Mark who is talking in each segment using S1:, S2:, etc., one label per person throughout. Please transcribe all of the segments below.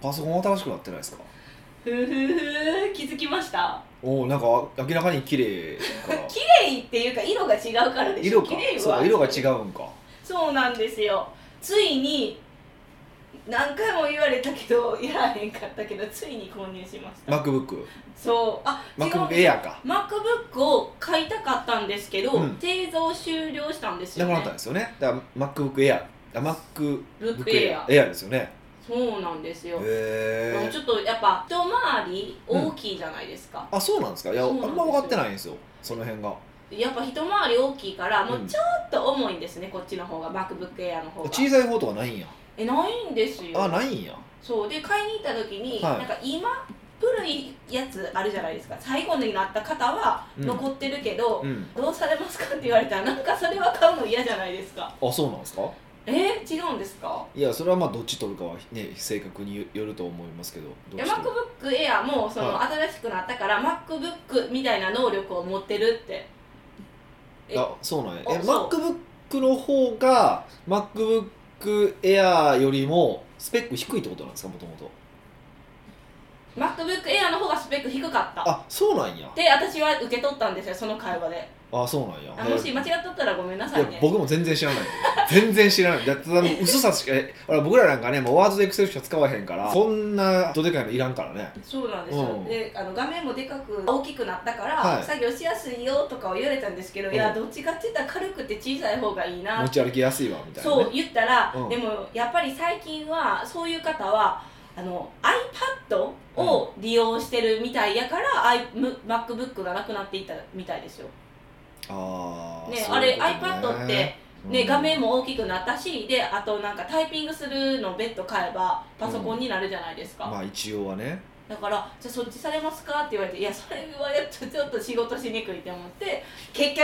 S1: パソコン新しくなってないですか
S2: ふふふ気づきました
S1: おおなんか明らかに綺麗から
S2: 綺麗っていうか色が違うからでし
S1: 色
S2: ょ
S1: か
S2: 綺麗は
S1: そうか色が違うんか
S2: そうなんですよついに何回も言われたけどやらへんかったけどついに購入しました、
S1: MacBook
S2: そうあ違う
S1: MacBook Air か
S2: MacBook を買いたかったんですけど、
S1: うん
S2: 製造終了したんです
S1: なく
S2: よね
S1: なったんですよねだから MacBook Air あ MacBook
S2: Look
S1: Air
S2: Air
S1: ですよね
S2: そうなんですよ、
S1: へ
S2: もう
S1: え
S2: ちょっとやっぱ一回り大きいじゃないですか、
S1: あそうなんですかいやあ
S2: そうんなんですよ
S1: ま分かってないんですよその辺が
S2: やっぱ一回り大きいからもううんちょっと重いんですね、こっちの方が MacBookAir の方が
S1: 小さい方とかないんや
S2: えないんですよ
S1: あないんや
S2: そうで買いに行った時に、
S1: はい
S2: なんか今古いやつあるじゃないですか最後になった方は
S1: うん
S2: 残ってるけど、
S1: うん
S2: どうされますかって言われたらなんかそれは買うの嫌じゃないですか
S1: あそうなんですか
S2: えー違うんですか
S1: いやそれはまあどっち取るかはね正確によると思いますけどどっ
S2: いや
S1: ち取る
S2: MacBook Air もその、
S1: は
S2: 新しくなったから MacBook みたいな能力を持ってるってえ
S1: あそうなんやえ
S2: あそ
S1: MacBook の方が MacBook Air よりもスペック低いってことなんですかもともと
S2: MacBook Air の方がスペック低かった
S1: あそうなんや
S2: で私は受け取ったんですよその会話で
S1: あそうなんや
S2: あもし間違っとったらごめんなさい
S1: いや
S2: ね
S1: 僕も全然知らない全然知らないだってただ薄さしかえほら僕らなんかねもうワードでエクセルしか使わへんからそんなどでかいのいらんからね
S2: そうなんですよ、
S1: うん
S2: であの画面もでかく大きくなったから、
S1: はい
S2: 作業しやすいよとかを言われたんですけど、
S1: うん
S2: いやどっちかって言ったら軽くて小さい方がいいな、
S1: 持ち歩きやすいわみたいな、ね、
S2: そう言ったら、
S1: うん
S2: でもやっぱり最近はそういう方はあの iPad を利用してるみたいやから、アイム MacBook がなくなっていったみたいですよ、
S1: あー
S2: ね、
S1: そう
S2: あ
S1: いう
S2: れ
S1: ことね
S2: iPad って、ね画面も大きくなったしであとなんかタイピングするの別途買えばパソコンになるじゃないですか、
S1: まあ一応はね
S2: だから「じゃあそっちされますか?」って言われて「いやそれはやっとちょっと仕事しにくい」って思って結局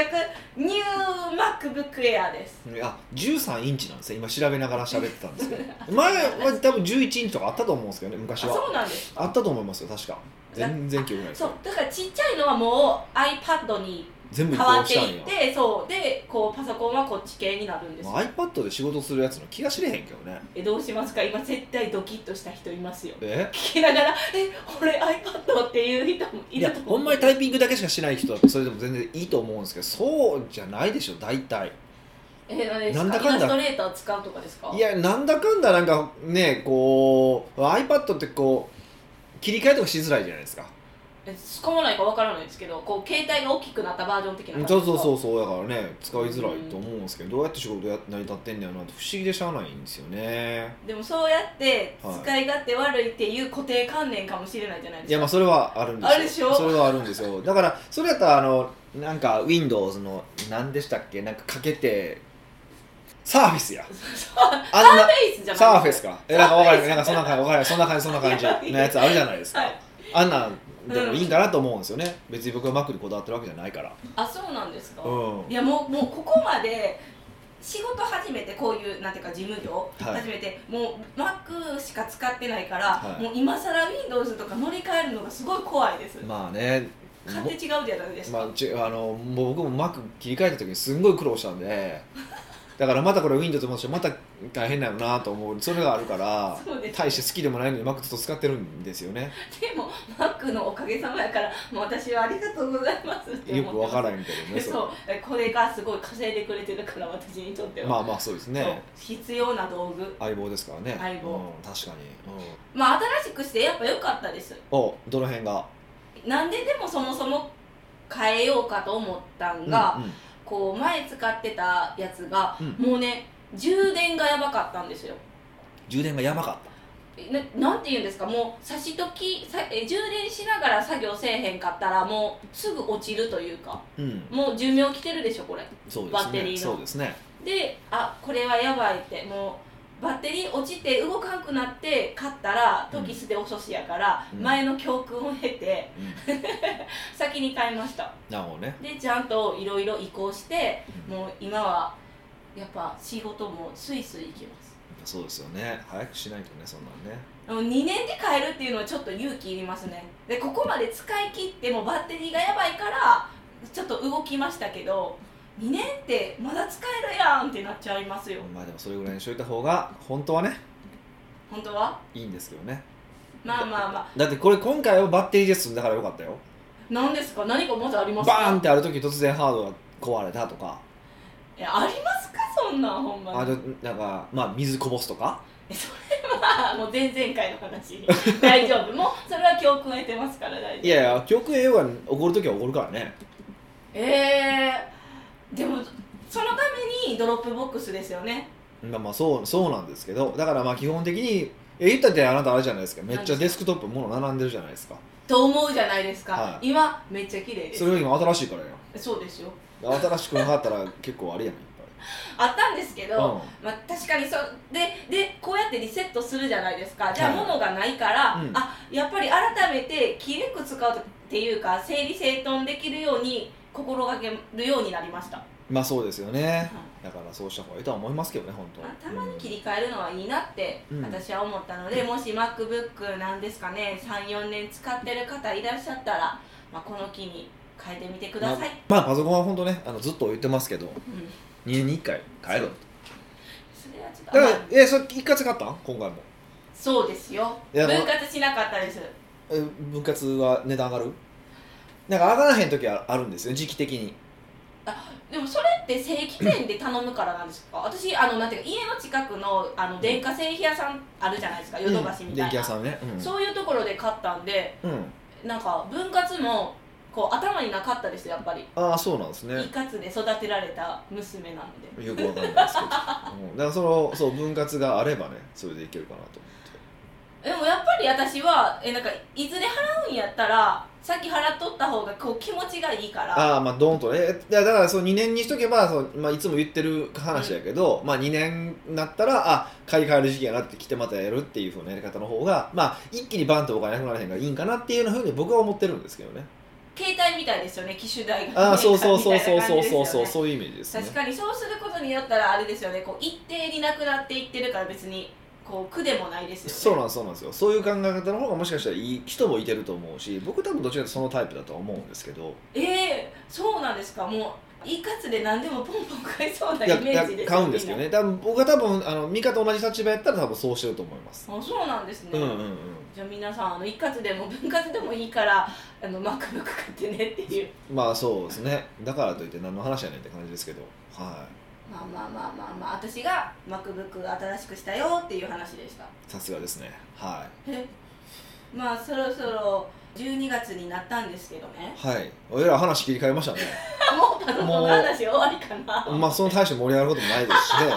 S2: ニュー MacBookAir です
S1: あ13インチなんですよ今調べながら喋ってたんですけど前は多分11インチとかあったと思うんですけどね
S2: あ
S1: 昔は
S2: そうなんです
S1: あったと思いますよ確か全然記憶ないです
S2: そう
S1: よ
S2: だからちっちゃいのはもう iPad に
S1: 全部移
S2: 変わ
S1: 行
S2: っ
S1: してた
S2: い
S1: ん
S2: っ
S1: や
S2: てそうでこうパソコンはこっち系になるんですよ、
S1: まあ iPad で仕事するやつの気が知れへんけどね
S2: えどうしますか今絶対ドキッとした人いますよ
S1: え
S2: 聞きながら 「え俺 iPad」っていう人もい
S1: い
S2: る
S1: や
S2: と思う
S1: ほんまにタイピングだけしかしない人だってそれでも全然いいと思うんですけどそうじゃないでしょ大体
S2: え何ですか
S1: なんだかんだ
S2: イラストレーター使うとかですか
S1: いやなんだかんだなんかねこう iPad ってこう切り替えとかしづらいじゃないですか
S2: え使わないかわからないですけどこう携帯が大きくなったバージョン的な感じ
S1: そ
S2: で
S1: う
S2: すか
S1: そうそうそうだからね使いづらいと思うんですけどどうやって仕事や成り立ってんだよなって不思議でしゃあないんですよね
S2: でもそうやって
S1: はい
S2: 使い勝手悪いっていう固定観念かもしれないじゃないですか
S1: いやまあそれはあるんですよ
S2: あるでしょ
S1: それはあるんですよだからそれやったらあのなんか Windows の何でしたっけなんかかけてサーフェスや
S2: そう
S1: あんな
S2: サーフェイスじゃない
S1: サーフェス
S2: か
S1: か。え、なんかわかるなんかそんな感じ、わかるそんな感じ、そんな感じのやつあるじゃないですか。
S2: はい
S1: あんなんでもいいんかなと思うんですよね。別に僕はマックにこだわってるわけじゃないから。
S2: あそうなんですか、
S1: うん。
S2: いやもうもうここまで仕事始めてこういうなんていうか事務業
S1: はい
S2: 始めて、もう Mac しか使ってないから、
S1: はい
S2: もう今更 Windows とか乗り換えるのがすごい怖いです、
S1: まあね、
S2: 勝手違うじゃないです
S1: ま
S2: か、
S1: あ、ちあのもう僕もマック切り替えた時にすんごい苦労したん で、だからまたこれ Windows もしまた大変だよなと思う。それがあるから
S2: そうです、ね
S1: 大して好きでもないのにマックずっと使ってるんですよね。
S2: でも Mac のおかげさまやからもう私はありがとうございますって思って
S1: よくわからんけど
S2: で
S1: ね。
S2: そう
S1: れ
S2: えこれがすごい稼いでくれてるから私にとっては、
S1: まあまあそうですね。
S2: そう必要な道具
S1: 相棒ですからね。
S2: 相棒
S1: うん、確かに。うん。
S2: まあ新しくしてやっぱ良かったです
S1: おどの辺が
S2: なんででもそもそも変えようかと思ったんが、
S1: うんうん
S2: こう前使ってたやつが、
S1: うん
S2: もうね充電がやばかったんですよ
S1: 充電がやばかっ
S2: ななんて言うんですかもう差し時さえ充電しながら作業せえへんかったらもうすぐ落ちるというか
S1: たうん
S2: もう寿命来てるでしょこれ
S1: そうですね
S2: バッテリーの
S1: そうですね
S2: であこれはやばいってもうバッテリー落ちて動かんくなって買ったら
S1: うん
S2: 時すで遅しやから、
S1: うん
S2: 前の教訓を経て
S1: うん
S2: 先に買いました
S1: なるほどね
S2: でちゃんといろいろ移行して
S1: うん
S2: もう今はやっぱ仕事もスイスイ行きます
S1: そうですよね早くしないとねそんなんね
S2: でも2年で買えるっていうのはちょっと勇気いりますねでここまで使い切ってもバッテリーがやばいからちょっと動きましたけど2年ってまだ使えるやんってなっちゃいますよ
S1: まあでもそれぐらいにしといた方が本当はね
S2: 本当はい
S1: いんですけどね
S2: まあまあま
S1: だってこれ今回はバッテリーで済んだからよかったよ
S2: あ何ですか何かまずあり
S1: バ
S2: ますか
S1: ーンってある時突然ハードが壊れたとか
S2: いやありますかそんなんほんま
S1: あ
S2: に
S1: となんかまあ水こぼすとか
S2: まあもう前々回の話大丈夫もうそれは教訓得てますから大丈夫
S1: いやいや教訓栄養が起こる時は起こるからね
S2: えー、でもそのためにドロップボックスですよね
S1: まあまあそうそうなんですけどだからまあ基本的にえ言ったってあなたあれじゃないですかめっちゃデスクトップもの並んでるじゃないですか
S2: と思うじゃないですか、
S1: は
S2: 今めっちゃ綺麗です
S1: それが今新しいからよ
S2: そうですよ
S1: 新しくなかったら結構あれやねんいっ
S2: あったんですけ
S1: ぱい、
S2: ど、まあ、確かにそででこうやってリセットするじゃないですかじゃあ
S1: はい
S2: 物がないから、
S1: うん
S2: あやっぱり改めてきれく使うっていうか整理整頓できるように心がけるようになりました、
S1: うん、まあそうですよね
S2: はい
S1: だからそうした方がいいとは思いますけどね本当
S2: まあ、たまに切り替えるのはいいなって
S1: うん
S2: 私は思ったので、もし MacBook なんですかね34年使ってる方いらっしゃったら、まあ、この機に変えてみてください、
S1: まあ、まあパソコンは本当ねあのずっと言ってますけど
S2: うん、
S1: 2年に1回変えろ
S2: それはちょっ
S1: だか
S2: とあま
S1: ら
S2: あ
S1: えそれ一括買ったん今回も
S2: そうですよ
S1: いや
S2: 分割しなかったです
S1: え分割は値段上がるなんか上がらへん時はあるんですよ時期的に
S2: でもそれって正規店で頼むからなんですか私あのなんていうか家の近くのあの電化製品屋さんあるじゃないですかヨドバシみ
S1: うん
S2: たい
S1: 電
S2: な、
S1: 気屋さんねうん
S2: そういうところで買ったんで
S1: うん
S2: なんか分割もこう頭になかったですやっぱり
S1: ああそうなんですね
S2: 一括で育てられた娘なので
S1: よくわかんないですけど、うん、だからそのそう分割があればねそれでいけるかなと思
S2: でもやっぱり私はえなんかいずれ払うんやったらさっき払っとった方がこう気持ちがいいから
S1: ああーまあドーンとねえだだからその2年にしとけばその、まあ、いつも言ってる話やけど、まあ、2年なったらあ買い替える時期やなって来てまたやるっていうふうなやり方の方が、まあ、一気にバンとお金なくならへんからいいんかなっていうふうに僕は思ってるんですけどね
S2: 携帯みたいですよね機種代が
S1: ああそうそうそう
S2: みたい
S1: そう
S2: な感
S1: そう
S2: じです
S1: そう
S2: よね
S1: そうそういうイメージですね
S2: 確かにそうすることによったらあれですよねこう一定になくなっていってるから別にこう苦でもないですよね
S1: そうなんですそうなんですよそういう考え方の方がもしかしたらいい人もいてると思うし僕多分どっちかというとそのタイプだとは思うんですけど
S2: ええそうなんですかもう一括で何でもポンポン買いそうない
S1: や
S2: イメージですよね
S1: いや買うんですけどね多分僕は多分あの味方同じ立場やったら多分そうしてると思います、
S2: あそうなんですね、
S1: うんうんうん
S2: じゃあ皆さんあの一括でも分割でもいいからあの MacBook 買ってねっていう
S1: まあそうですねだからといって何の話やねんって感じですけどはい
S2: まあまあまあまあまあ私が MacBook 新しくしたよっていう話でした
S1: さすがですねは
S2: えまあそろそろ12月になったんですけどね
S1: いはい俺ら話切り替えましたね
S2: もうパソコンの話終わりかな
S1: まあその大して盛り上がることもないですしねはいはい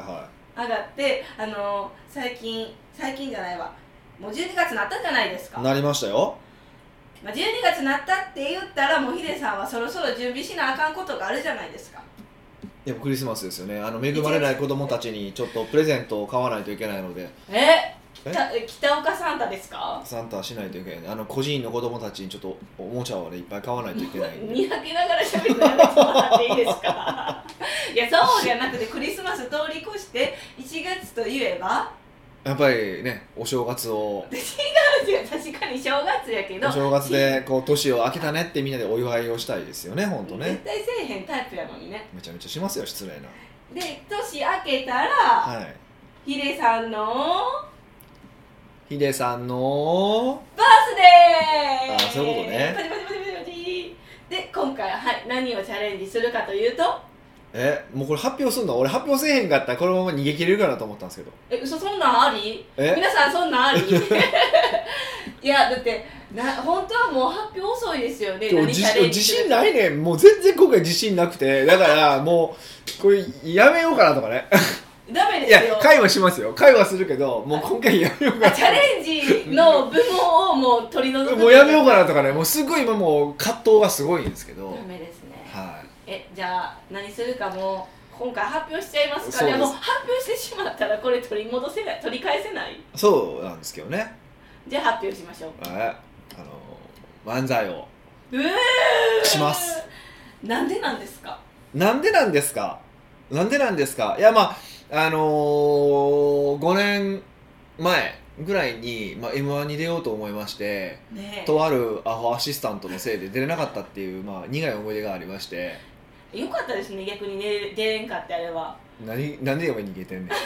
S1: は
S2: 上がってあの最近最近じゃないわもう12月なったじゃないですか、
S1: い
S2: まあ、
S1: なりましたよ
S2: 12月なったって言ったらもうヒデさんはそろそろ準備しなあかんことがあるじゃないですか
S1: でもクリスマスですよねあの恵まれない子供たちにちょっとプレゼントを買わないといけないので
S2: え
S1: え
S2: た北岡サンタですか
S1: サンタはしないといけないあの個人の子供たちにちょっとおもちゃをねいっぱい買わないといけないんで
S2: にやけながら喋るのやめてもらっていいですかいやそうじゃなくてクリスマス通り越して1月といえば
S1: やっぱりねお正月を
S2: 違う確かに正月やけど
S1: お正月でこう年を明けたねってみんなでお祝いをしたいですよね本当ね
S2: 絶対せえへんタイプやのにね
S1: めちゃめちゃしますよ失礼な
S2: で年明けたら、
S1: はい
S2: ヒデさんの
S1: ヒデさんの
S2: バースデー
S1: あーそういうことね
S2: パチパチパチパチパチで今回は、はい、何をチャレンジするかというと
S1: えもうこれ発表すんの俺発表せえへんかったらこのまま逃げ切れるかなと思ったんですけど
S2: え嘘そんなんあり
S1: え
S2: 皆さんそんなん ありいやだってな本当はもう発表遅いですよね
S1: 今日
S2: 何チャレン
S1: 自自
S2: ジする
S1: 信ないねんもう全然今回自信なく てだからもうこれやめようかなとかね
S2: ダメ
S1: い
S2: で
S1: や
S2: すよ
S1: 会話しますよ会話するけどもう今回やめようか
S2: あ
S1: な
S2: チャレンジの部門をもう取り除く
S1: もうやめようかなとかねもうすごい今もう葛藤がすごいんですけど
S2: ダメですね
S1: はい
S2: えじゃあ何するかもう今回発表しちゃいます
S1: そ
S2: か
S1: う
S2: で
S1: です
S2: も発表してしまったらこれ取り戻せない取り返せない
S1: そうなんですけどね、
S2: じゃあ発表しましょう
S1: えあの漫才を
S2: うー
S1: し ます
S2: なんでなんですか
S1: なんでなんですかなんでなんですかいやまああのー、5年前ぐらいに、まあ、m 1に出ようと思いまして
S2: ね
S1: とあるアホアシスタントのせいで出れなかったっていう、まあ、苦い思い出がありまして
S2: えよかったですね逆にね出れんかってあれは
S1: 何何でお前逃げてんねん
S2: 今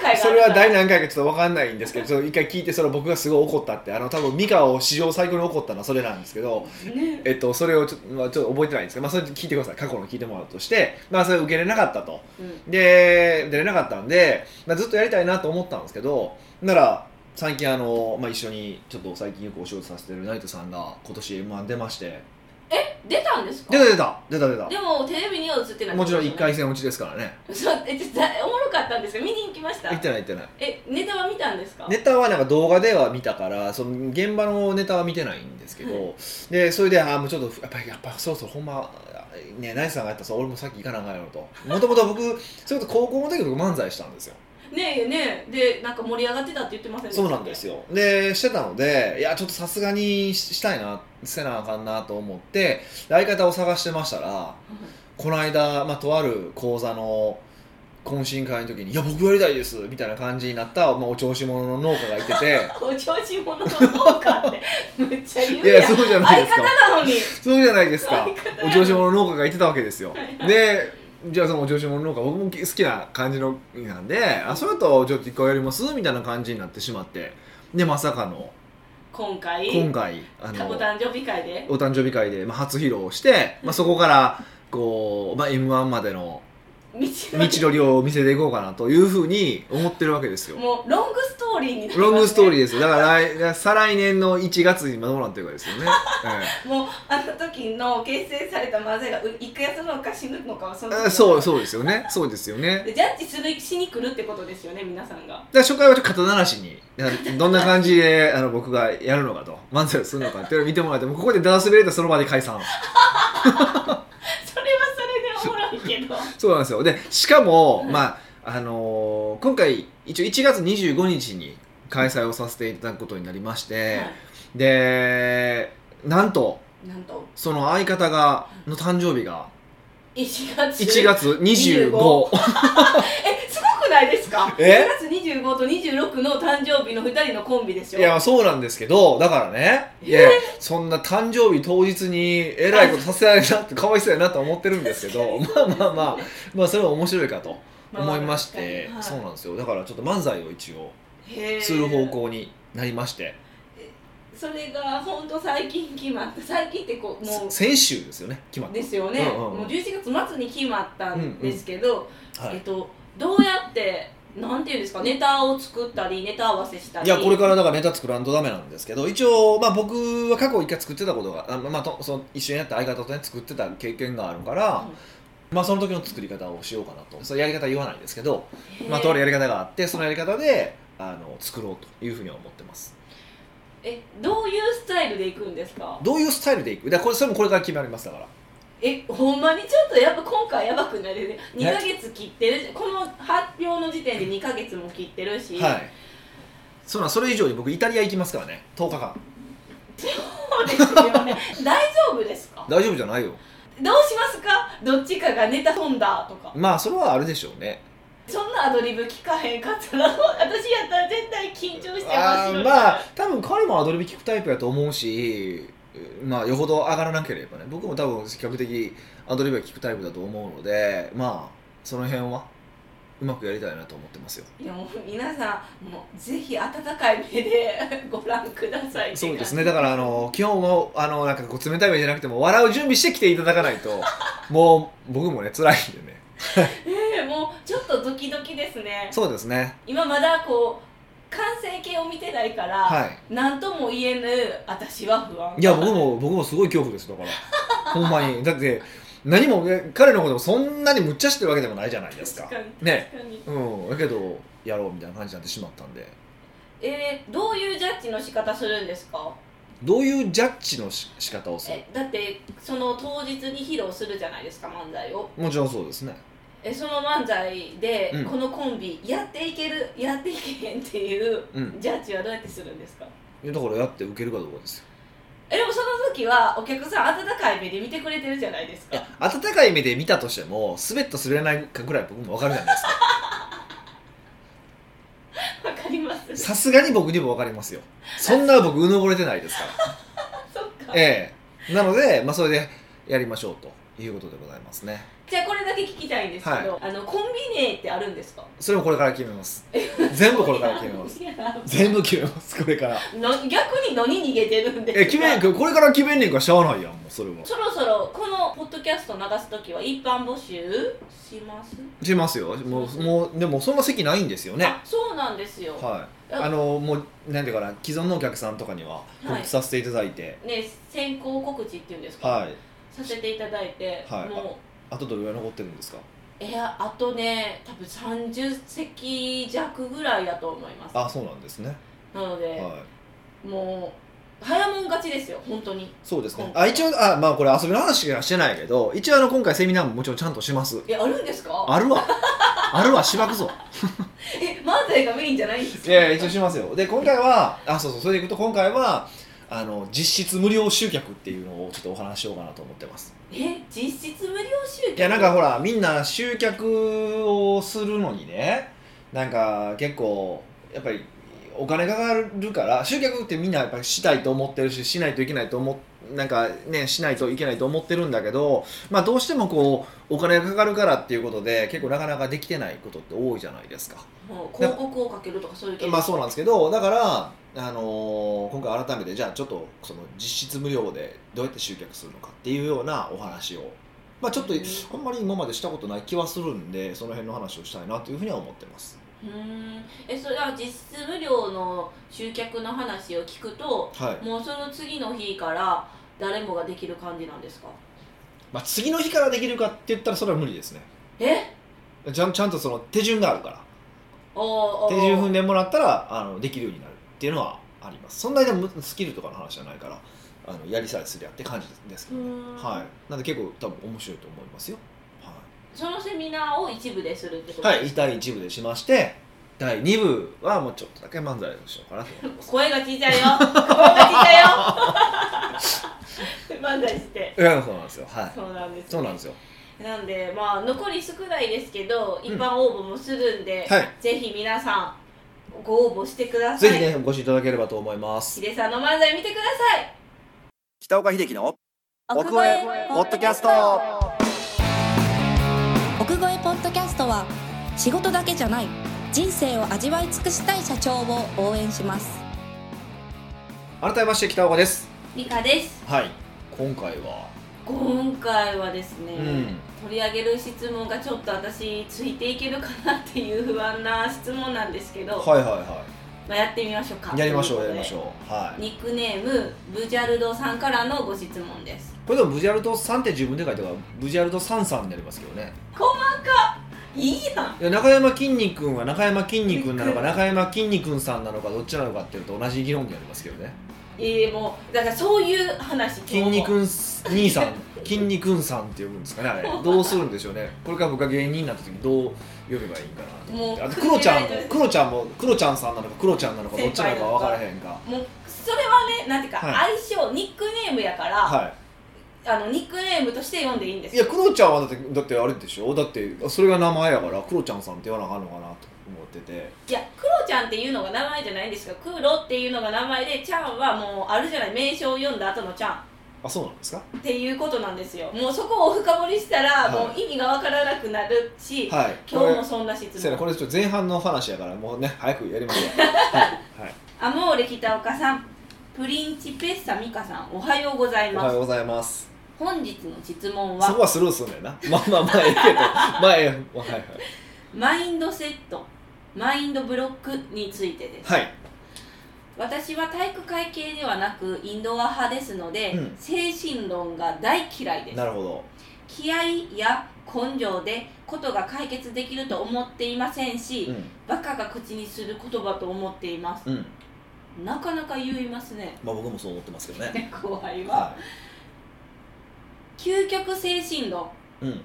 S2: 回が
S1: それは第何回かちょっと分かんないんですけどちょっと一回聞いてそれ僕がすごい怒ったってあの多分美香を史上最高に怒ったのはそれなんですけど、
S2: ね
S1: えっと、それをちょ,、まあ、ちょっと覚えてないんですけど、まあ、それ聞いてください過去の聞いてもらうとして、まあ、それ受けれなかったと
S2: うん
S1: で出れなかったんで、まあ、ずっとやりたいなと思ったんですけどなら最近あの、まあ、一緒にちょっと最近よくお仕事させてる成田さんが今年 m 1出まして
S2: 出たんですか
S1: 出た出た出た出た
S2: でもテレビには映ってない
S1: もちろん1回
S2: そ
S1: 戦落ちですからね
S2: うえちょっとおもろかったんですけど見に行きました
S1: 行ってない行ってない
S2: えネタは見たんですか
S1: ネタはなんか動画では見たからその現場のネタは見てないんですけど、
S2: はい
S1: でそれであーもうちょっとやっぱりやっぱそろそろほんまねナイスさんがやったらそう俺もさっき行かなあかんやろともともと僕それこそ高校の時僕漫才したんですよ
S2: ねえねえでなんか盛り上がってたって言ってませんでした
S1: そうなんですよでしてたのでいやちょっとさすがにししたいなせなあかんなと思って相方を探してましたらこの間、まあ、とある講座の懇親会の時に「いや僕やりたいです」みたいな感じになった、まあ、お調子者の農家がいてて
S2: お調子者の農家ってめっちゃ言
S1: いうや
S2: やん
S1: そうじゃない
S2: 相
S1: です
S2: 方
S1: か
S2: なのに
S1: そうじゃないです
S2: 相
S1: か
S2: 方
S1: お調子者の農家がいてたわけですよ
S2: はい
S1: でじゃあそのお調子者の農家僕も好きな感じのなんで「あそれとちょっと一回やります」みたいな感じになってしまってでまさかの
S2: 今回
S1: 今回あ
S2: お
S1: の
S2: 誕生日会で
S1: お誕生日会でまあ初披露して、まあ、そこからこう、まあ、m 1までの
S2: 道の
S1: 道のりを見せていこうかなというふうに思ってるわけですよ
S2: もうロングストーリーになりますね
S1: ロングストーリーですよだから来再来年の1月にどうなってるかですよね、え
S2: もうあの時の形成された漫才がういくやつのか死ぬのかはその時
S1: えそうそうですよねそうですよね
S2: でジャッジするしに来るってことですよね皆さんが
S1: で初回はちょっと肩慣らしにあのどんな感じで あの僕がやるのかと漫才をするのかっていうのを見てもらってもうここでダダ滑れたその場で解散
S2: それはそれでおもろいけど
S1: そうなんですよでしかも、
S2: はい
S1: まああのー今回一応1月25日に開催をさせていただくことになりまして、
S2: は
S1: でなんと
S2: いなんと
S1: その相方がの誕生日が
S2: 1月
S1: 1月25
S2: えすごくないですか
S1: え
S2: 1月25と26の誕生日の2人のコンビでしょ
S1: いやそうなんですけどだからねいやそんな誕生日当日にえらいことさせられるなってかわいそうやなと思ってるんですけ どまあまあまあまあそれは面白いかと思いまして、
S2: まあ
S1: そうなんですよだからちょっと漫才を一応
S2: へー
S1: する方向になりまして、
S2: それが本当最近決まった最近ってこうもう
S1: 先週ですよね決まっ
S2: ですよね、
S1: うんうんうん
S2: もう11月末に決まったんですけど、
S1: た、は
S2: えっ
S1: い、
S2: と、どうやってなんていうんですかネタを作ったりネタ合わせしたり
S1: いやこれからだからネタ作らんとダメなんですけど一応、まあ、僕は過去一回作ってたことがあ、まあ、とその一緒にやった相方とね作ってた経験があるから、まあ、その時の作り方をしようかなとそのやり方は言わないですけど
S2: へー
S1: まあ、とあるやり方があってそのやり方であの作ろうというふうには思ってます
S2: えどういうスタイルでいくんですか
S1: どういうスタイルでいくだからこれそれもこれから決まりますだから
S2: えほんまにちょっとやっぱ今回やばくなるね
S1: ね
S2: 2ヶ月切ってるしこの発表の時点で2ヶ月も切ってるし、
S1: はいそうなんそれ以上に僕イタリア行きますからね10日間
S2: そうですよね大丈夫ですか
S1: 大丈夫じゃないよ
S2: どうしますかどっちかがネタ飛んだとか
S1: まあそれはあるでしょうね
S2: そんなアドリブ聞かへんかったら私やったら絶対緊張して
S1: あ
S2: ます
S1: ー
S2: よ
S1: まあ多分彼もアドリブ聞くタイプやと思うしまあよほど上がらなければね僕も多分比較的アドリブは聞くタイプだと思うのでまあその辺はうまくやりたいなと思ってますよ
S2: いやもう皆さんもうぜひ温かい目で ご覧くださいって
S1: そ
S2: 感
S1: う
S2: じ
S1: ですねだからあの基本はあのなんかこう冷たい目じゃなくても笑う準備してきていただかないと もう僕もね辛いんでね
S2: ええもうちょっとドキドキですね
S1: そうですね
S2: 今まだこう完成形を見てないから、
S1: はい
S2: 何とも言えぬ私は不安
S1: いや僕も僕もすごい恐怖ですだから ほんまにだって何もね彼のこともそんなにむっちゃしてるわけでもないじゃないですか
S2: 確かに
S1: ね
S2: 確かに
S1: うんだけどやろうみたいな感じになってしまったんで
S2: えーどういうジャッジの仕方するんですか
S1: どういうジャッジのし仕方をする
S2: えだってその当日に披露するじゃないですか漫才を
S1: もちろんそうですね
S2: えその漫才で、
S1: うん
S2: このコンビやっていけるやっていけへんっていう
S1: うん
S2: ジャッジはどうやってするんですか
S1: いやだからやって受けるかどうかですよ
S2: えでもその時はお客さん温かい目で見てくれてるじゃないです
S1: い
S2: か
S1: や温かい目で見たとしても滑った滑らないかぐらい僕も分かるじゃないです か
S2: わかります そ
S1: さすがに僕にも分かりますよそんな僕うぬぼれてないですから
S2: っか
S1: ええなので、まあ、それでやりましょうということでございますね
S2: じゃあこれだけ聞きたいんですけど、あのコンビニってあるんですか
S1: それもこれから決めます全部これから決めます
S2: いや
S1: 全部決めますこれから
S2: の逆に何逃げてるんですか
S1: え決めんこれから決めんねんからしゃあないやんもうそれは
S2: そろそろこのポッドキャスト流す時は一般募集します
S1: しますよもうもうでもそんな席ないんですよね
S2: あそうなんですよ、
S1: はい、
S2: あ
S1: あのもうなんていうかな既存のお客さんとかには告知させていただいて、
S2: ね先行告知っていうんですか、
S1: はい
S2: させていただいて、
S1: はい
S2: も
S1: あとどれぐらい残ってるんですか
S2: ういやあとね多分30席弱ぐらいだと思います
S1: あそうなんですね、
S2: なので、
S1: はい、
S2: もう早もん勝ちですよ本当に
S1: そうですね
S2: 今
S1: あ一応あまあこれ遊びの話しかしてないけど一応あの今回セミナーももちろんちゃんとします
S2: えあるんですか
S1: あるわあるわしばくぞ
S2: え漫才がメインじゃないんですか
S1: いやいや一応しますよで今回はあそうそうそれでいくと今回はあの実質無料集客っていうのをちょっとお話ししようかなと思ってます
S2: え実質無料集客
S1: いやなんかほらみんな集客をするのにねなんか結構やっぱりお金かかるから集客ってみんなやっぱりしたいと思ってるししないといけないと思っなんかねしないといけないと思ってるんだけど、まあ、どうしてもこうお金がかかるからっていうことで結構なかなかできてないことって多いじゃないですか。
S2: もう広告をかけるとかそういう系
S1: まあそうなんですけどだから、あのー今回改めてじゃあちょっとその実質無料でどうやって集客するのかっていうようなお話を、まあ、ちょっと
S2: うん
S1: あんまり今までしたことない気はするんでその辺の話をしたいなというふうには思ってます
S2: うーんえそれは実質無料の集客の話を聞くと
S1: はい、
S2: もうその次の日から誰もができる感じなんですか
S1: まあ、次の日からできるかって言ったらそれは無理ですね
S2: え
S1: ちゃんちゃんとその手順があるから
S2: おーおー
S1: 手順踏んでもらったらあのできるようになるっていうのはありますそんなにでもスキルとかの話じゃないからあのやりさえすりゃって感じですけど
S2: う
S1: ね
S2: ーん
S1: はいなんで結構多分面白いと思いますよはい
S2: そのセミナーを一部でするってこと
S1: はい、第1部でしまして第2部はもうちょっとだけ漫才をしようかなと思います
S2: 声が 小さいよ声が小さいよ漫才して
S1: うんそうなんですよはい
S2: そうなんです
S1: そうなんですよ
S2: なんでまあ残り少ないですけど一般応募もするんで、
S1: はい
S2: ぜひ皆さんご応募してくださ
S1: ぜ
S2: い
S1: ひねお越しいただければと思います
S2: ヒデさんの漫才見てください
S1: 北岡秀樹の奥越えポッドキャスト
S3: 奥越えポッドキャストは仕事だけじゃない人生を味わい尽くしたい社長を応援します
S1: 改めまして北岡です
S2: ミカです
S1: はい今回は
S2: 今回はですね、
S1: うん
S2: 取り上げる質問がちょっと私ついていけるかなっていう不安な質問なんですけど、
S1: はいはいは
S2: まあ、やってみましょうか
S1: いやりましょう
S2: と
S1: や
S2: い
S1: りま
S2: ことで
S1: しょうはい
S2: ニックネームブジャルドさんからのご質問です
S1: これでもブジャルトさんって自分で書いたからブジャルトさんさんになりますけどね
S2: いいやん
S1: いや中山きんに君は中山きんに君なのか中山きんに君さんなのかどっちなのかっていうと同じ議論になりますけどね
S2: えー、もうだからそういう話
S1: 筋肉ん兄さん筋肉んさんって呼ぶんですかねあれどうするんでしょうねこれから僕が芸人になった時どう呼べばいいんかなと思って
S2: もう
S1: あとクロちゃんも
S2: 組合です
S1: クロちゃんもクロちゃんさんなのかクロちゃんなのかどっちなのか分からへんか
S2: もうそれはねなんていうか、
S1: は
S2: 相性ニックネームやから、
S1: は
S2: あのニックネームとして読んでいいんです
S1: いいやクロちゃんはだってだってあれでしょだってそれが名前やからクロちゃんさんって言わなあかんのかなと思ってて
S2: いやクロちゃんっていうのが名前じゃないんですがクロっていうのが名前でちゃんはもうあるじゃない名称を読んだ後のちゃん
S1: あそうなんですか
S2: っていうことなんですよもうそこを深掘りしたら
S1: はい
S2: もう意味がわからなくなるし、
S1: はい
S2: 今日も
S1: こ
S2: そんな質
S1: れせやな
S2: 問
S1: これちょっと前半の話やからもうね早くやりましょ うはい、はい、
S2: アモーレ北岡さんプリンチペッサミカさんおはようござい
S1: お
S2: ま
S1: はよ
S2: す
S1: うございます
S2: 本日の質問
S1: そこ
S2: は
S1: はスルーすんねんなまあまあまあええけどまあええはいはい
S2: マインドセットマインドブロックについてです
S1: はい
S2: 私は体育会系ではなくインドア派ですので、
S1: うん
S2: 精神論が大嫌いです
S1: なるほど
S2: 気合や根性でことが解決できると思っていませんし、
S1: う
S2: バカが口にする言葉と思っています
S1: ん、うん、
S2: なかなか言います ね
S1: まあ僕もそう思ってますけど ね
S2: 後輩は、
S1: は
S2: 究極精神論
S1: い、うん、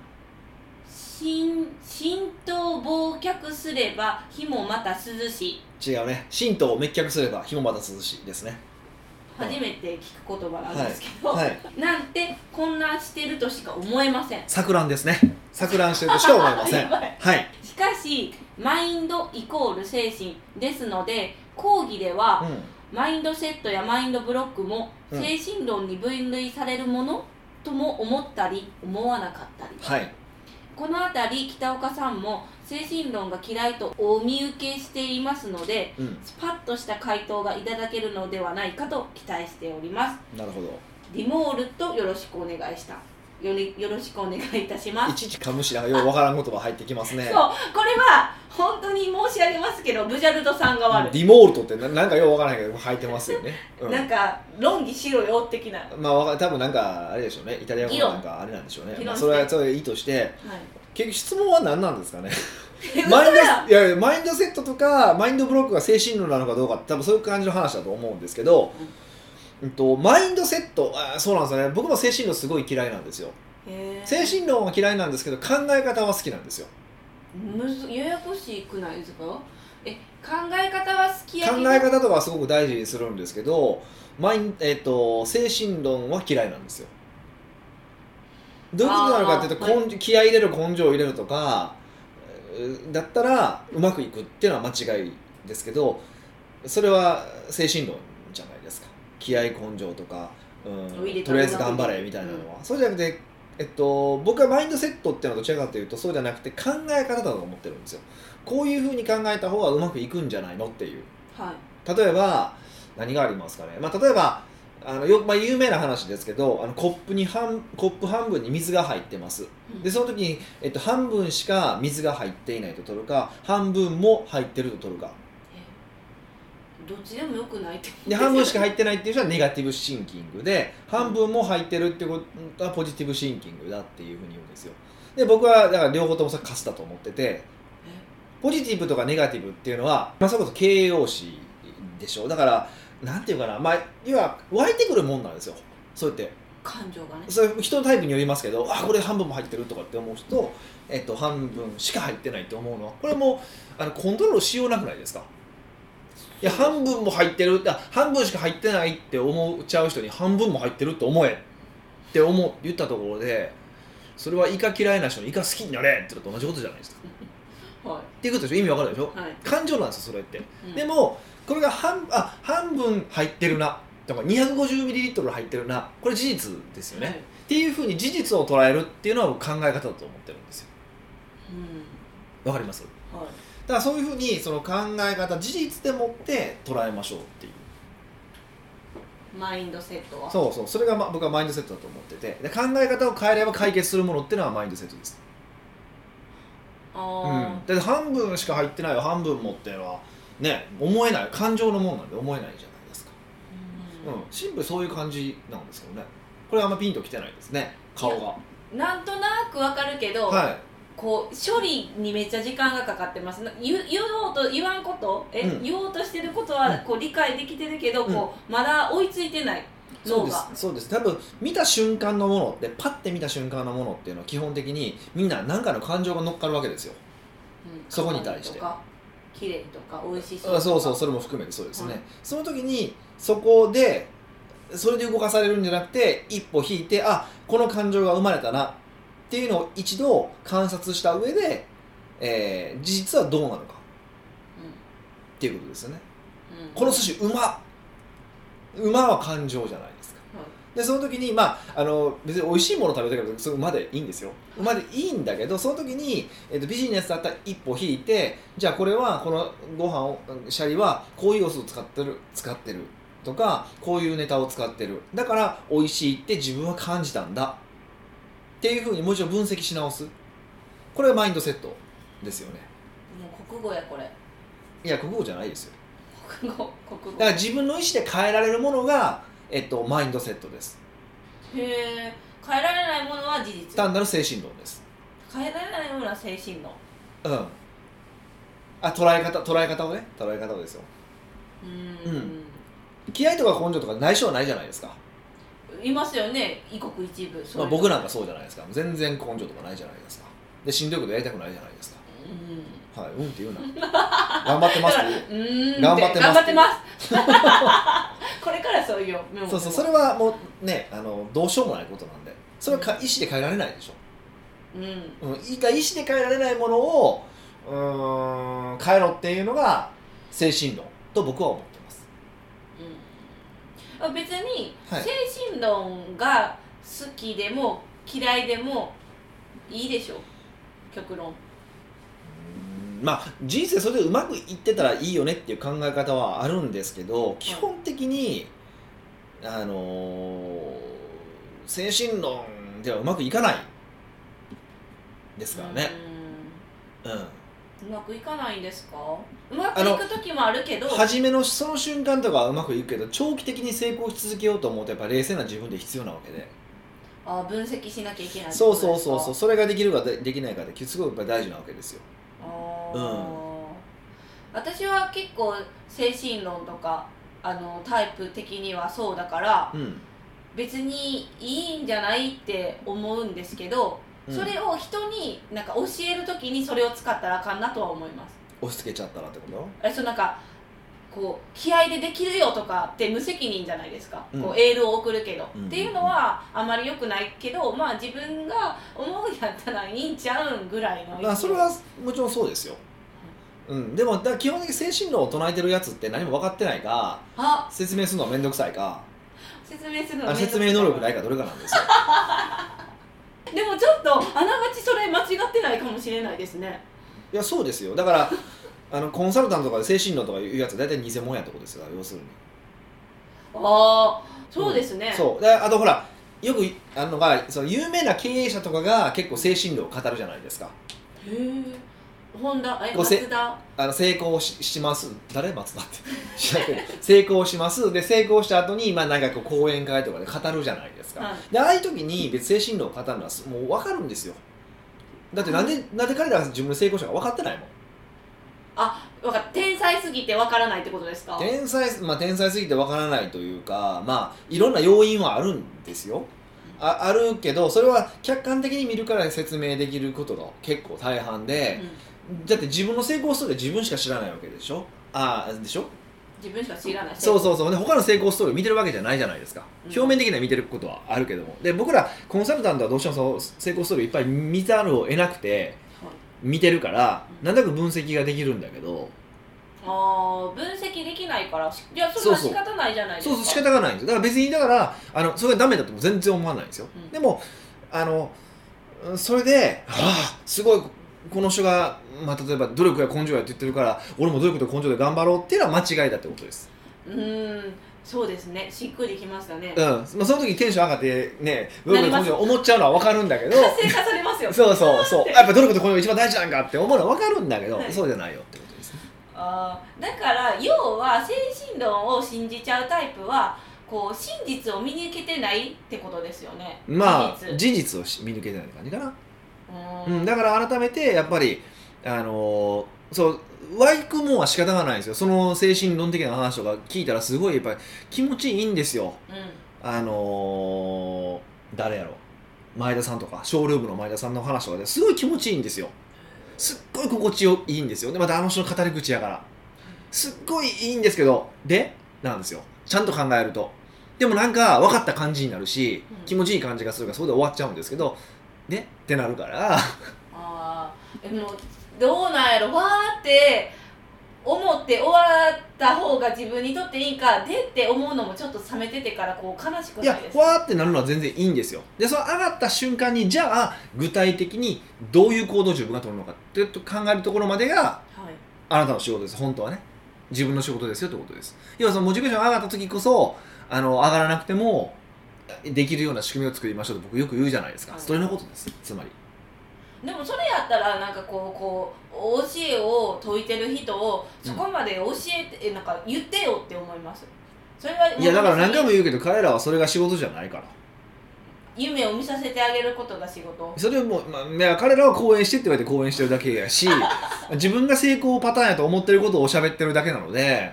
S2: 浸浸透忘却すれば火もまた涼しい
S1: 違うね神道を滅却すれば日もまた涼しいですねはい
S2: 初めて聞く言葉なんですけど、
S1: はい
S2: なんて混乱してるとしか思えません
S1: 錯乱ですね錯乱してるとしか思えま せん
S2: やばい
S1: はい、
S2: しかしマインドイコール精神ですので講義では
S1: うん
S2: マインドセットやマインドブロックも
S1: うん
S2: 精神論に分類されるもの、とも思ったり思わなかったり
S1: はい
S2: この辺り北岡さんも精神論が嫌いとお見受けしていますので
S1: うん
S2: スパッとした回答がいただけるのではないかと期待しております
S1: なるほど
S2: リモールとよろしくお願いしたよりよろしくお願いいたします
S1: いちいちかむしなんかようわからん言葉入ってきますね
S2: そうこれは本当に申し上げますけどブジャルドさんが悪
S1: デ
S2: い、
S1: ィモールトってななんかようわからないけど入ってますよね、うん
S2: なんか論議しろよ的な、は
S1: まあわか多分なんかあれでしょうねイタリア語のなんかあれなんでしょうね
S2: 議論
S1: まあそれはそれはいいとして結局質問は何なんですかね
S2: い、
S1: マインド
S2: 嘘だ
S1: いやいやマインドセットとかマインドブロックが精神論なのかどうかって多分そういう感じの話だと思うんですけど、うんと、マインドセットあーそうなんですよね僕も精神論すごい嫌いなんですよ
S2: へー
S1: 精神論は嫌いなんですけど考え方は好きなんですよ
S2: むずややこしくないですかえ考え方は好きや
S1: 考え方とかはすごく大事にするんですけどマイン、えー、と精神論は嫌いなんですよどういうことなのかっていうと、
S2: あー
S1: 根性気合い入れる根性を入れるとかえーだったらうまくいくっていうのは間違いですけどそれは精神論じゃないですか気合い根性とか、
S2: を入
S1: う
S2: れ
S1: ん、
S2: た
S1: とりあえず頑張れみたいなのは、そうじゃなくて、えっと、僕はマインドセットっていうのはどちらかというとそうじゃなくて考え方だと思ってるんですよこういうふうに考えた方がうまくいくんじゃないのっていう
S2: はい
S1: 例えば何がありますかね、まあ、例えばあのよ、まあ、有名な話ですけどあのコップに半コップ半分に水が入ってます
S2: うん
S1: でその時に、えっと、半分しか水が入っていないと取るか半分も入ってると取るか
S2: えどっちでもよくないって思うん
S1: です
S2: けど
S1: 半分しか入ってないっていう人はネガティブシンキングで半分も入ってるってことはポジティブシンキングだっていうふうに言うんですよで僕はだから両方ともそれカスだと思っててポジティブとかネガティブっていうのは、まあ、それこそ形容詞でしょだからなんていうかな、まあ、要は湧いてくるもんなんですよそうやって
S2: 感情がね
S1: それ人のタイプによりますけどあこれ半分も入ってるとかって思う人と、えっと、半分しか入ってないって思うのはこれもうあのコントロールしようなくないですかいや半分も入ってるあ半分しか入ってないって思っちゃう人に半分も入ってるって思えって思う言ったところでそれはイカ嫌いな人にイカ好きになれってのと同じことじゃないですか
S2: は
S1: っていうことでしょ意味わかるでしょ
S2: いはい、
S1: 感情なんですよそれって、
S2: うん
S1: でもこれが半あ半分入ってるなとか 250ml 入ってるなこれ事実ですよね、
S2: はい
S1: っ、ていうふうに事実を捉えるっていうのは僕考え方だと思ってるんですよ
S2: うん
S1: わかりますだ
S2: はい
S1: からそういうふうにその考え方事実でもって捉えましょうっていう
S2: マインドセットは
S1: そうそうそれが、ま、僕はマインドセットだと思っててで考え方を変えれば解決するものっていうのはマインドセットですうん、だ
S2: あ
S1: って半分しか入ってないよ半分もっていうのはね思えない感情のもんなんで思えないじゃないですか
S2: ー
S1: うん、シンプルそういう感じなんですけどねこれあんまピンときてないですね顔が
S2: なんとなくわかるけど、
S1: は
S2: こう処理にめっちゃ時間がかかってますな言う言おうと言わんことえ、
S1: うん
S2: 言おうとしてることは
S1: う
S2: こう理解できてるけど、
S1: うん
S2: こうまだ追いついてない
S1: いそう
S2: 脳
S1: です
S2: が
S1: そうです多分見た瞬間のものってパッて見た瞬間のものっていうのは基本的にみんな何かの感情が乗っかるわけですよ
S2: うん
S1: そこに対して
S2: 可愛いとか綺麗とか美味しい
S1: あそうそうそれも含めてそうですね、その時にそこでそれで動かされるんじゃなくて一歩引いてあこの感情が生まれたなっていうのを一度観察した上で、えー、実はどうなのかっていうことですよね
S2: うんうん
S1: この寿司うまっうまは感情じゃないですか、
S2: は
S1: でその時にまああの別に美味しいもの食べたけどそれ馬でいいんですよ馬でいいんだけどその時に、えっとビジネスだったら一歩引いてじゃあこれはこのご飯をシャリはこういうお酢を使ってる使ってるとかこういうネタを使ってるだから美味しいって自分は感じたんだっていうふうにもう一度分析し直すこれがマインドセットですよね
S2: もう国語やこれ
S1: いや国語じゃないですよ
S2: 国語国語
S1: だから
S2: へ
S1: 自分の意思で変えられるものが、えっと、マインドセットです
S2: え変えられないものは事実
S1: 単なる精神論です
S2: 変えられないものは精神論
S1: うんあ捉え方捉え方をね捉え方をですよ
S2: う、
S1: うん気合とか根性とか内緒はないじゃないですか、
S2: いますよね異国一部
S1: ま
S2: そう
S1: あ、
S2: いうの
S1: 僕なんかそうじゃないですか全然根性とかないじゃないですかでしんどいことやりたくないじゃないです
S2: うん
S1: かはいうんって言 うな頑張ってますって言う
S2: うーん
S1: 頑張ってます
S2: 頑張ってます これからそういうメモ
S1: そうそうそれはもうねあのどうしようもないことなんでそれはか意思で変えられないでしょ
S2: うん
S1: うん、いいか意思で変えられないものをうーん変えろっていうのが精神論と僕は思ってます
S2: うん別に
S1: はい
S2: 精神論が好きでも嫌いでもいいでしょう極論
S1: まあ、人生それでうまくいってたらいいよねっていう考え方はあるんですけど基本的に、あのー精神論ではうまくいかないですからね。うん
S2: うんうまくいかないんですかうまくいく時もあるけど
S1: 初めのその瞬間とかはうまくいくけど長期的に成功し続けようと思うとやっぱ冷静な自分で必要なわけで
S2: あ分析しなきゃいけないって
S1: そ
S2: こ
S1: う
S2: とで
S1: そう
S2: すか
S1: そうそうそれができるかでできないかってすごいやっぱり大事なわけですよ。
S2: あー私は結構精神論とかあのタイプ的にはそうだから
S1: うん
S2: 別にいいんじゃないって思うんですけど、
S1: うん
S2: それを人になんか教える時にそれを使ったらあかんなとは思います
S1: 押し付けちゃったらってこと
S2: あそうなんかこう気合でできるよとかって無責任じゃないですか、
S1: うん
S2: こうエールを送るけど、
S1: うん
S2: っていうのはあまり良くないけどまあ自分が思うんやったらいいんちゃうんぐらいの
S1: まあ、それはもちろんそうですよ、うん、でもだから基本的に精神論を唱えてるやつって何も分かってないか
S2: あ
S1: 説明するのは面倒くさいか
S2: 説明するの
S1: あの
S2: めんどく
S1: 説
S2: さ
S1: 明能力ないかどれかなんですよ
S2: でもちょっとあながちそれ間違ってないかもしれないですね
S1: いやそうですよだからあのコンサルタントとかで精神論とかいうやつは大体偽物やってことですよ要するに
S2: ああそうですね、
S1: そうであとほらよくあのがその有名な経営者とかが結構精神論を語るじゃないですか
S2: へえ本田え
S1: ごせ
S2: 松田
S1: あの成功しします誰松 田って知らんけど成功しますで成功した後にまあなんかこう講演会とかで語るじゃないですか、
S2: はい
S1: でああいう時に別に精神論を語るのはもう分かるんですよだってなんで,、なんで彼らは自分の成功者が分かってないもん
S2: わかっ天才すぎてわからないってことですか
S1: 天才,、まあ、天才すぎて分からないというかまあいろんな要因はあるんですよああるけどそれは客観的に見るから説明できることが結構大半
S2: う
S1: で、
S2: ん
S1: だって自分の成功ストーリーは自分しか知らないわけでしょああでしょ
S2: 自分しか知らない
S1: そうそうそうで他の成功ストーリーを見てるわけじゃないじゃないですか、
S2: うん
S1: 表面的には見てることはあるけどもで僕らコンサルタントはどうしてもその成功ストーリーいっぱい見ざるを得なくて
S2: はい
S1: 見てるから
S2: うん
S1: なんとなく分析ができるんだけど、
S2: ああ分析できないからしいやそれは
S1: そうそう
S2: 仕方ないじゃないです
S1: そう
S2: か
S1: そう仕方がないんですよだから別にだからあのそれがダメだとも全然思わないんですよ、
S2: うん
S1: でもあのうんそれで、はあ、すごいこの人が、まあ、例えば努力が根性やって言ってるから俺も努力と根性で頑張ろうっていうのは間違いだってことです
S2: うーんそうですねしっくりきましたね
S1: うん、まあ、その時テンション上がってね努
S2: な
S1: 力
S2: り
S1: と
S2: ま
S1: 根
S2: す
S1: 性思っちゃうのは分かるんだけど
S2: 活性化されますよ
S1: そうそうそう
S2: って
S1: やっぱ努力と根性が一番大事なんかって思うのは分かるんだけど、
S2: はい
S1: そうじゃないよってことですね
S2: あーだから要は精神論を信じちゃうタイプはこう真実を見抜けてないってことですよね
S1: ま
S2: 事
S1: あ
S2: 実
S1: 事実をし見抜けてない感じかな、
S2: うー
S1: うんん、だから改めてやっぱりあのーそう湧くもんは仕方がないんですよその精神論的な話とか聞いたらすごいやっぱり気持ちいいんですよ
S2: う
S1: あのー誰やろ前田さんとかショールームの前田さんの話とかですごい気持ちいいんですよすっごい心地よいいんですよでまたあの人の語り口やからすっごいいいんですけどでなんですよちゃんと考えるとでもなんか分かった感じになるし
S2: うん
S1: 気持ちいい感じがするからそこで終わっちゃうんですけどでってなるから
S2: ん、あーでもどうなんやろわーって思って終わった方が自分にとっていいかでって思うのもちょっと冷めててからこう悲しく
S1: い
S2: な
S1: や
S2: いです
S1: ふわーってなるのは全然いいんですよでその上がった瞬間にじゃあ具体的にどういう行動を自分が取るのかって考えるところまでが
S2: はい
S1: あなたの仕事です本当はね自分の仕事ですよってことです要はそのモチベーションが上がった時こそあの上がらなくてもできるような仕組みを作りましょうと僕よく言うじゃないですか、
S2: はい
S1: それのことですつまり
S2: でもそれやったらなんかこうこう教えを説いてる人をそこまで教えて、えなんか言ってよって思いますそれはい
S1: やだから何回も言うけど彼らはそれが仕事じゃないから
S2: 夢を見させてあげることが仕事
S1: それをもう、まあいや、彼らは講演してって言われて講演してるだけや し自分が成功パターンやと思ってることを喋ってるだけなので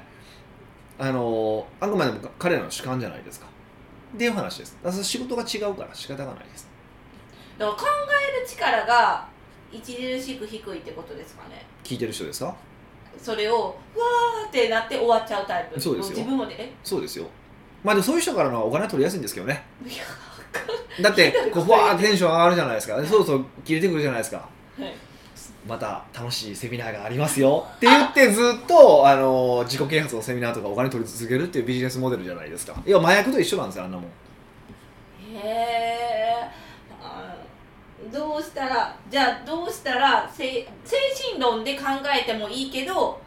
S1: あのあくまでも彼らの主観じゃないですかっていう話ですだからその仕事が違うから仕方がないです
S2: だから考える力が著しく低いってことですかね
S1: 聞いてる人ですか
S2: それをうわーってなって終わっちゃうタイプ
S1: そうですよ
S2: も自分もでえ
S1: そうですよまあでもそういう人からのはお金は取りやすいんですけどね
S2: いや
S1: だってこうふわーってテンション上がるじゃないですかそうそう切れてくるじゃないですか
S2: はい
S1: また楽しいセミナーがありますよって言ってずっとあの自己啓発のセミナーとかお金取り続けるっていうビジネスモデルじゃないですかいや麻薬と一緒なんですよあんなもん
S2: えへえあどうしたらじゃあどうしたらせい精神論で考えてもいいけど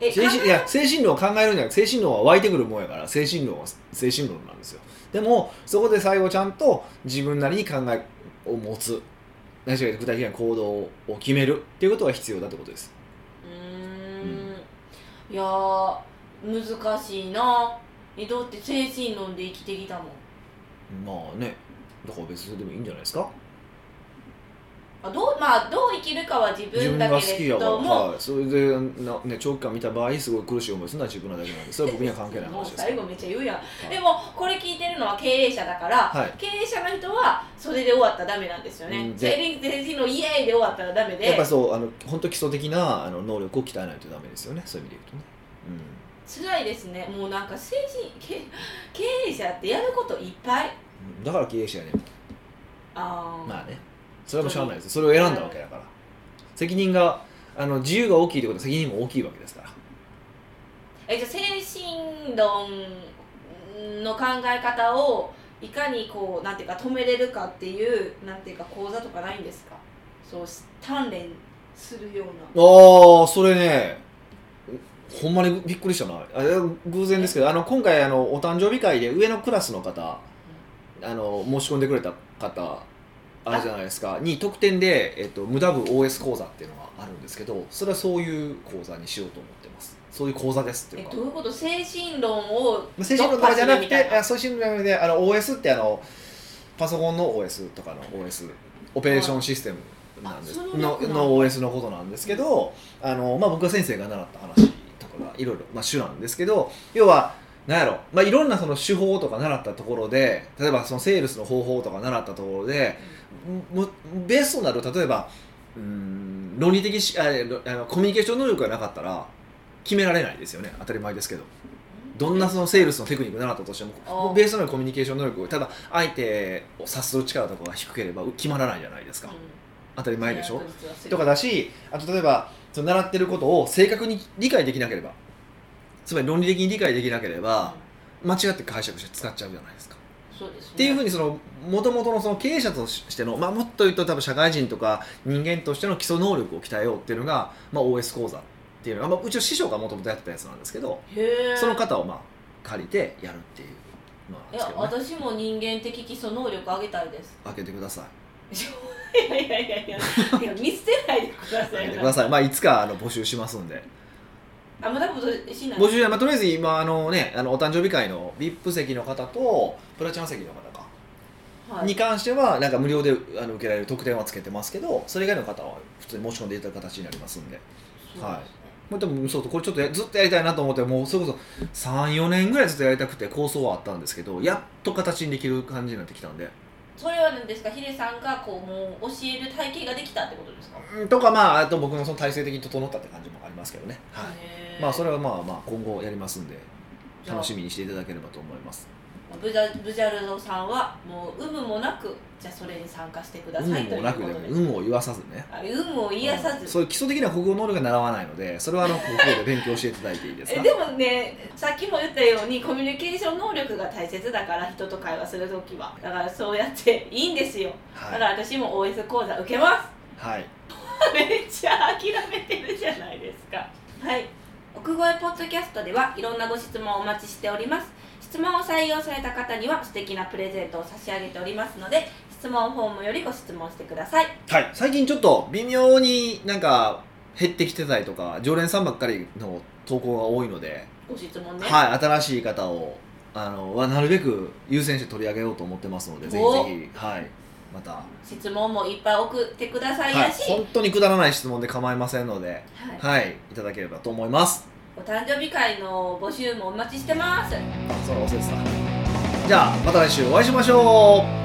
S2: え
S1: 精神い
S2: 考え
S1: や精神論を考えるんじゃなくて精神論は湧いてくるもんやから精神論は精神論なんですよでもそこで最後ちゃんと自分なりに考えを持つ何しろ具体的な行動を決めるっていうことは必要だってことです
S2: うーんいやー難しいなえだって精神論で生きてきたもん
S1: まあねだから別にそれでもいいんじゃないですか
S2: あどうまあどう生きるかは自
S1: 自分
S2: 分だ
S1: が好
S2: け
S1: き
S2: れ
S1: やから、
S2: ども
S1: はい、それでな、ね、長期間見た場合すごい苦しい思いするのは自分なだけなんで それは僕には関係ない
S2: もう
S1: 話です
S2: 最後めっちゃ言うやん、
S1: い
S2: でもこれ聞いてるのは経営者だから、
S1: はい
S2: 経営者の人はそれで終わったらダメなんですよ
S1: う
S2: ね
S1: ん
S2: 精
S1: で
S2: 神精神論イエーイで終わったらダメで
S1: やっぱりそうあの本当基礎的なあの能力を鍛えないとダメですよねそういう意味で言うとね、うん
S2: 辛いですねもうなんか精神経経営者ってやることいっぱい
S1: だから経営者やね
S2: あー、
S1: まあねそれはもうしゃあないですそれを選んだわけだから責任があの自由が大きいってことは責任も大きいわけですから
S2: えじゃあ精神論の考え方をいかにこうなんていうか止めれるかっていうなんていうか講座とかないんですかそうし鍛錬するような
S1: ああそれねほんまにびっくりしたなあれ偶然ですけどあの今回あのお誕生日会で上のクラスの方あの申し込んでくれた方あれじゃないですかに特典で、えっと、無駄部 OS 講座っていうのがあるんですけどそれはそういう講座にしようと思ってますそういう講座ですってい
S2: え
S1: うか
S2: どういうこと精神論を
S1: まあ精神論とかじゃなく
S2: 突破するみたい
S1: て、あそういう精神論じゃなくて、あの OS ってあのパソコンの OS とかの OS、オペレーションシステムなんです
S2: あその
S1: の
S2: 略なんだ
S1: の OS のことなんですけど、あのまあ僕が先生が習った話とかがいろいろまあ主なんですけど、要はなんやろ、まあいろんなその手法とか習ったところで、例えばそのセールスの方法とか習ったところで、もベースとなる例えばうーん論理的しあろあのコミュニケーション能力がなかったら決められないですよね当たり前ですけどどんなそのセールスのテクニック習ったとしても
S2: あー
S1: もうベースとなるコミュニケーション能力ただ相手を察する力とかが低ければ決まらないじゃないですか、当たり前でしょとかだしあと例えばその習ってることを正確に理解できなければつまり論理的に理解できなければ間違って解釈して使っちゃうじゃないですか
S2: そうですね
S1: っていうふうにもともとのその経営者としての、まあ、もっと言うと多分社会人とか人間としての基礎能力を鍛えようっていうのが、まあ、OS 講座っていうのが、まあ、うちの師匠がもともとやってたやつなんですけど
S2: へー
S1: その方をまあ借りてやるっていうのなん
S2: い
S1: です
S2: や
S1: けどね
S2: 私も人間的基礎能力上げたいです
S1: 開けてください
S2: いやいやいやいやいや見捨てないでくださ
S1: 開
S2: い
S1: けてください、まあ、いつかあの募集しますんで
S2: あまだことしない
S1: 募集じゃないまあ、とりあえず今あの、ね、あのお誕生日会の VIP 席の方とプラチナ席の方か
S2: はい
S1: に関してはなんか無料であの受けられる特典はつけてますけどそれ以外の方は普通に申し込んでいただく形になりますんではいまあ、でもそうこれちょっとやずっとやりたいなと思ってもうそれこそ34年ぐらいずっとやりたくて構想はあったんですけどやっと形にできる感じになってきたんで、
S2: それは何ですかヒデさんがこうもう教える体系ができたってことですか、
S1: うんとかまああと僕のその体制的に整ったって感じもありますけどね、はい
S2: へー
S1: まあ、それはまあまあ今後やりますんで
S2: じゃあ
S1: 楽しみにしていただければと思います
S2: ブジャブジャルドさんはもう有無もなくじゃあそれに参加してください
S1: 運
S2: とい
S1: も
S2: う
S1: なく
S2: こ
S1: で
S2: と
S1: も
S2: です
S1: 運を言わさずね
S2: あ有無を言いやさ
S1: うん
S2: ず、
S1: そういう基礎的な国語能力が習わないのでそれはあの国語で勉強していただいていいです
S2: え
S1: か
S2: でもねさっきも言ったようにコミュニケーション能力が大切だから人と会話するときはだからそうやっていいんですよ、
S1: は
S2: だ
S1: い
S2: か、ら私も OS 講座受けます
S1: はい、
S2: めっちゃ諦めてるじゃないですかはい奥越ポッドキャストではいろんなご質問をお待ちしております質問を採用された方には素敵なプレゼントを差し上げておりますので質問フォームよりご質問してください
S1: はい、最近ちょっと微妙になんか減ってきてたりとか常連さんばっかりの投稿が多いので
S2: ご質問ね、
S1: はい、新しい方をあのはなるべく優先して取り上げようと思ってますのでぜ
S2: お
S1: ひぜひ、はい、また、
S2: 質問もいっぱい送ってください
S1: は
S2: や
S1: い、
S2: し、
S1: 本当にくだらない質問で構いませんので、
S2: はい
S1: はい、いただければと思います
S2: お誕生日会の募集もお待ちしてます
S1: あそれ忘れてたじゃあまた来週お会いしましょう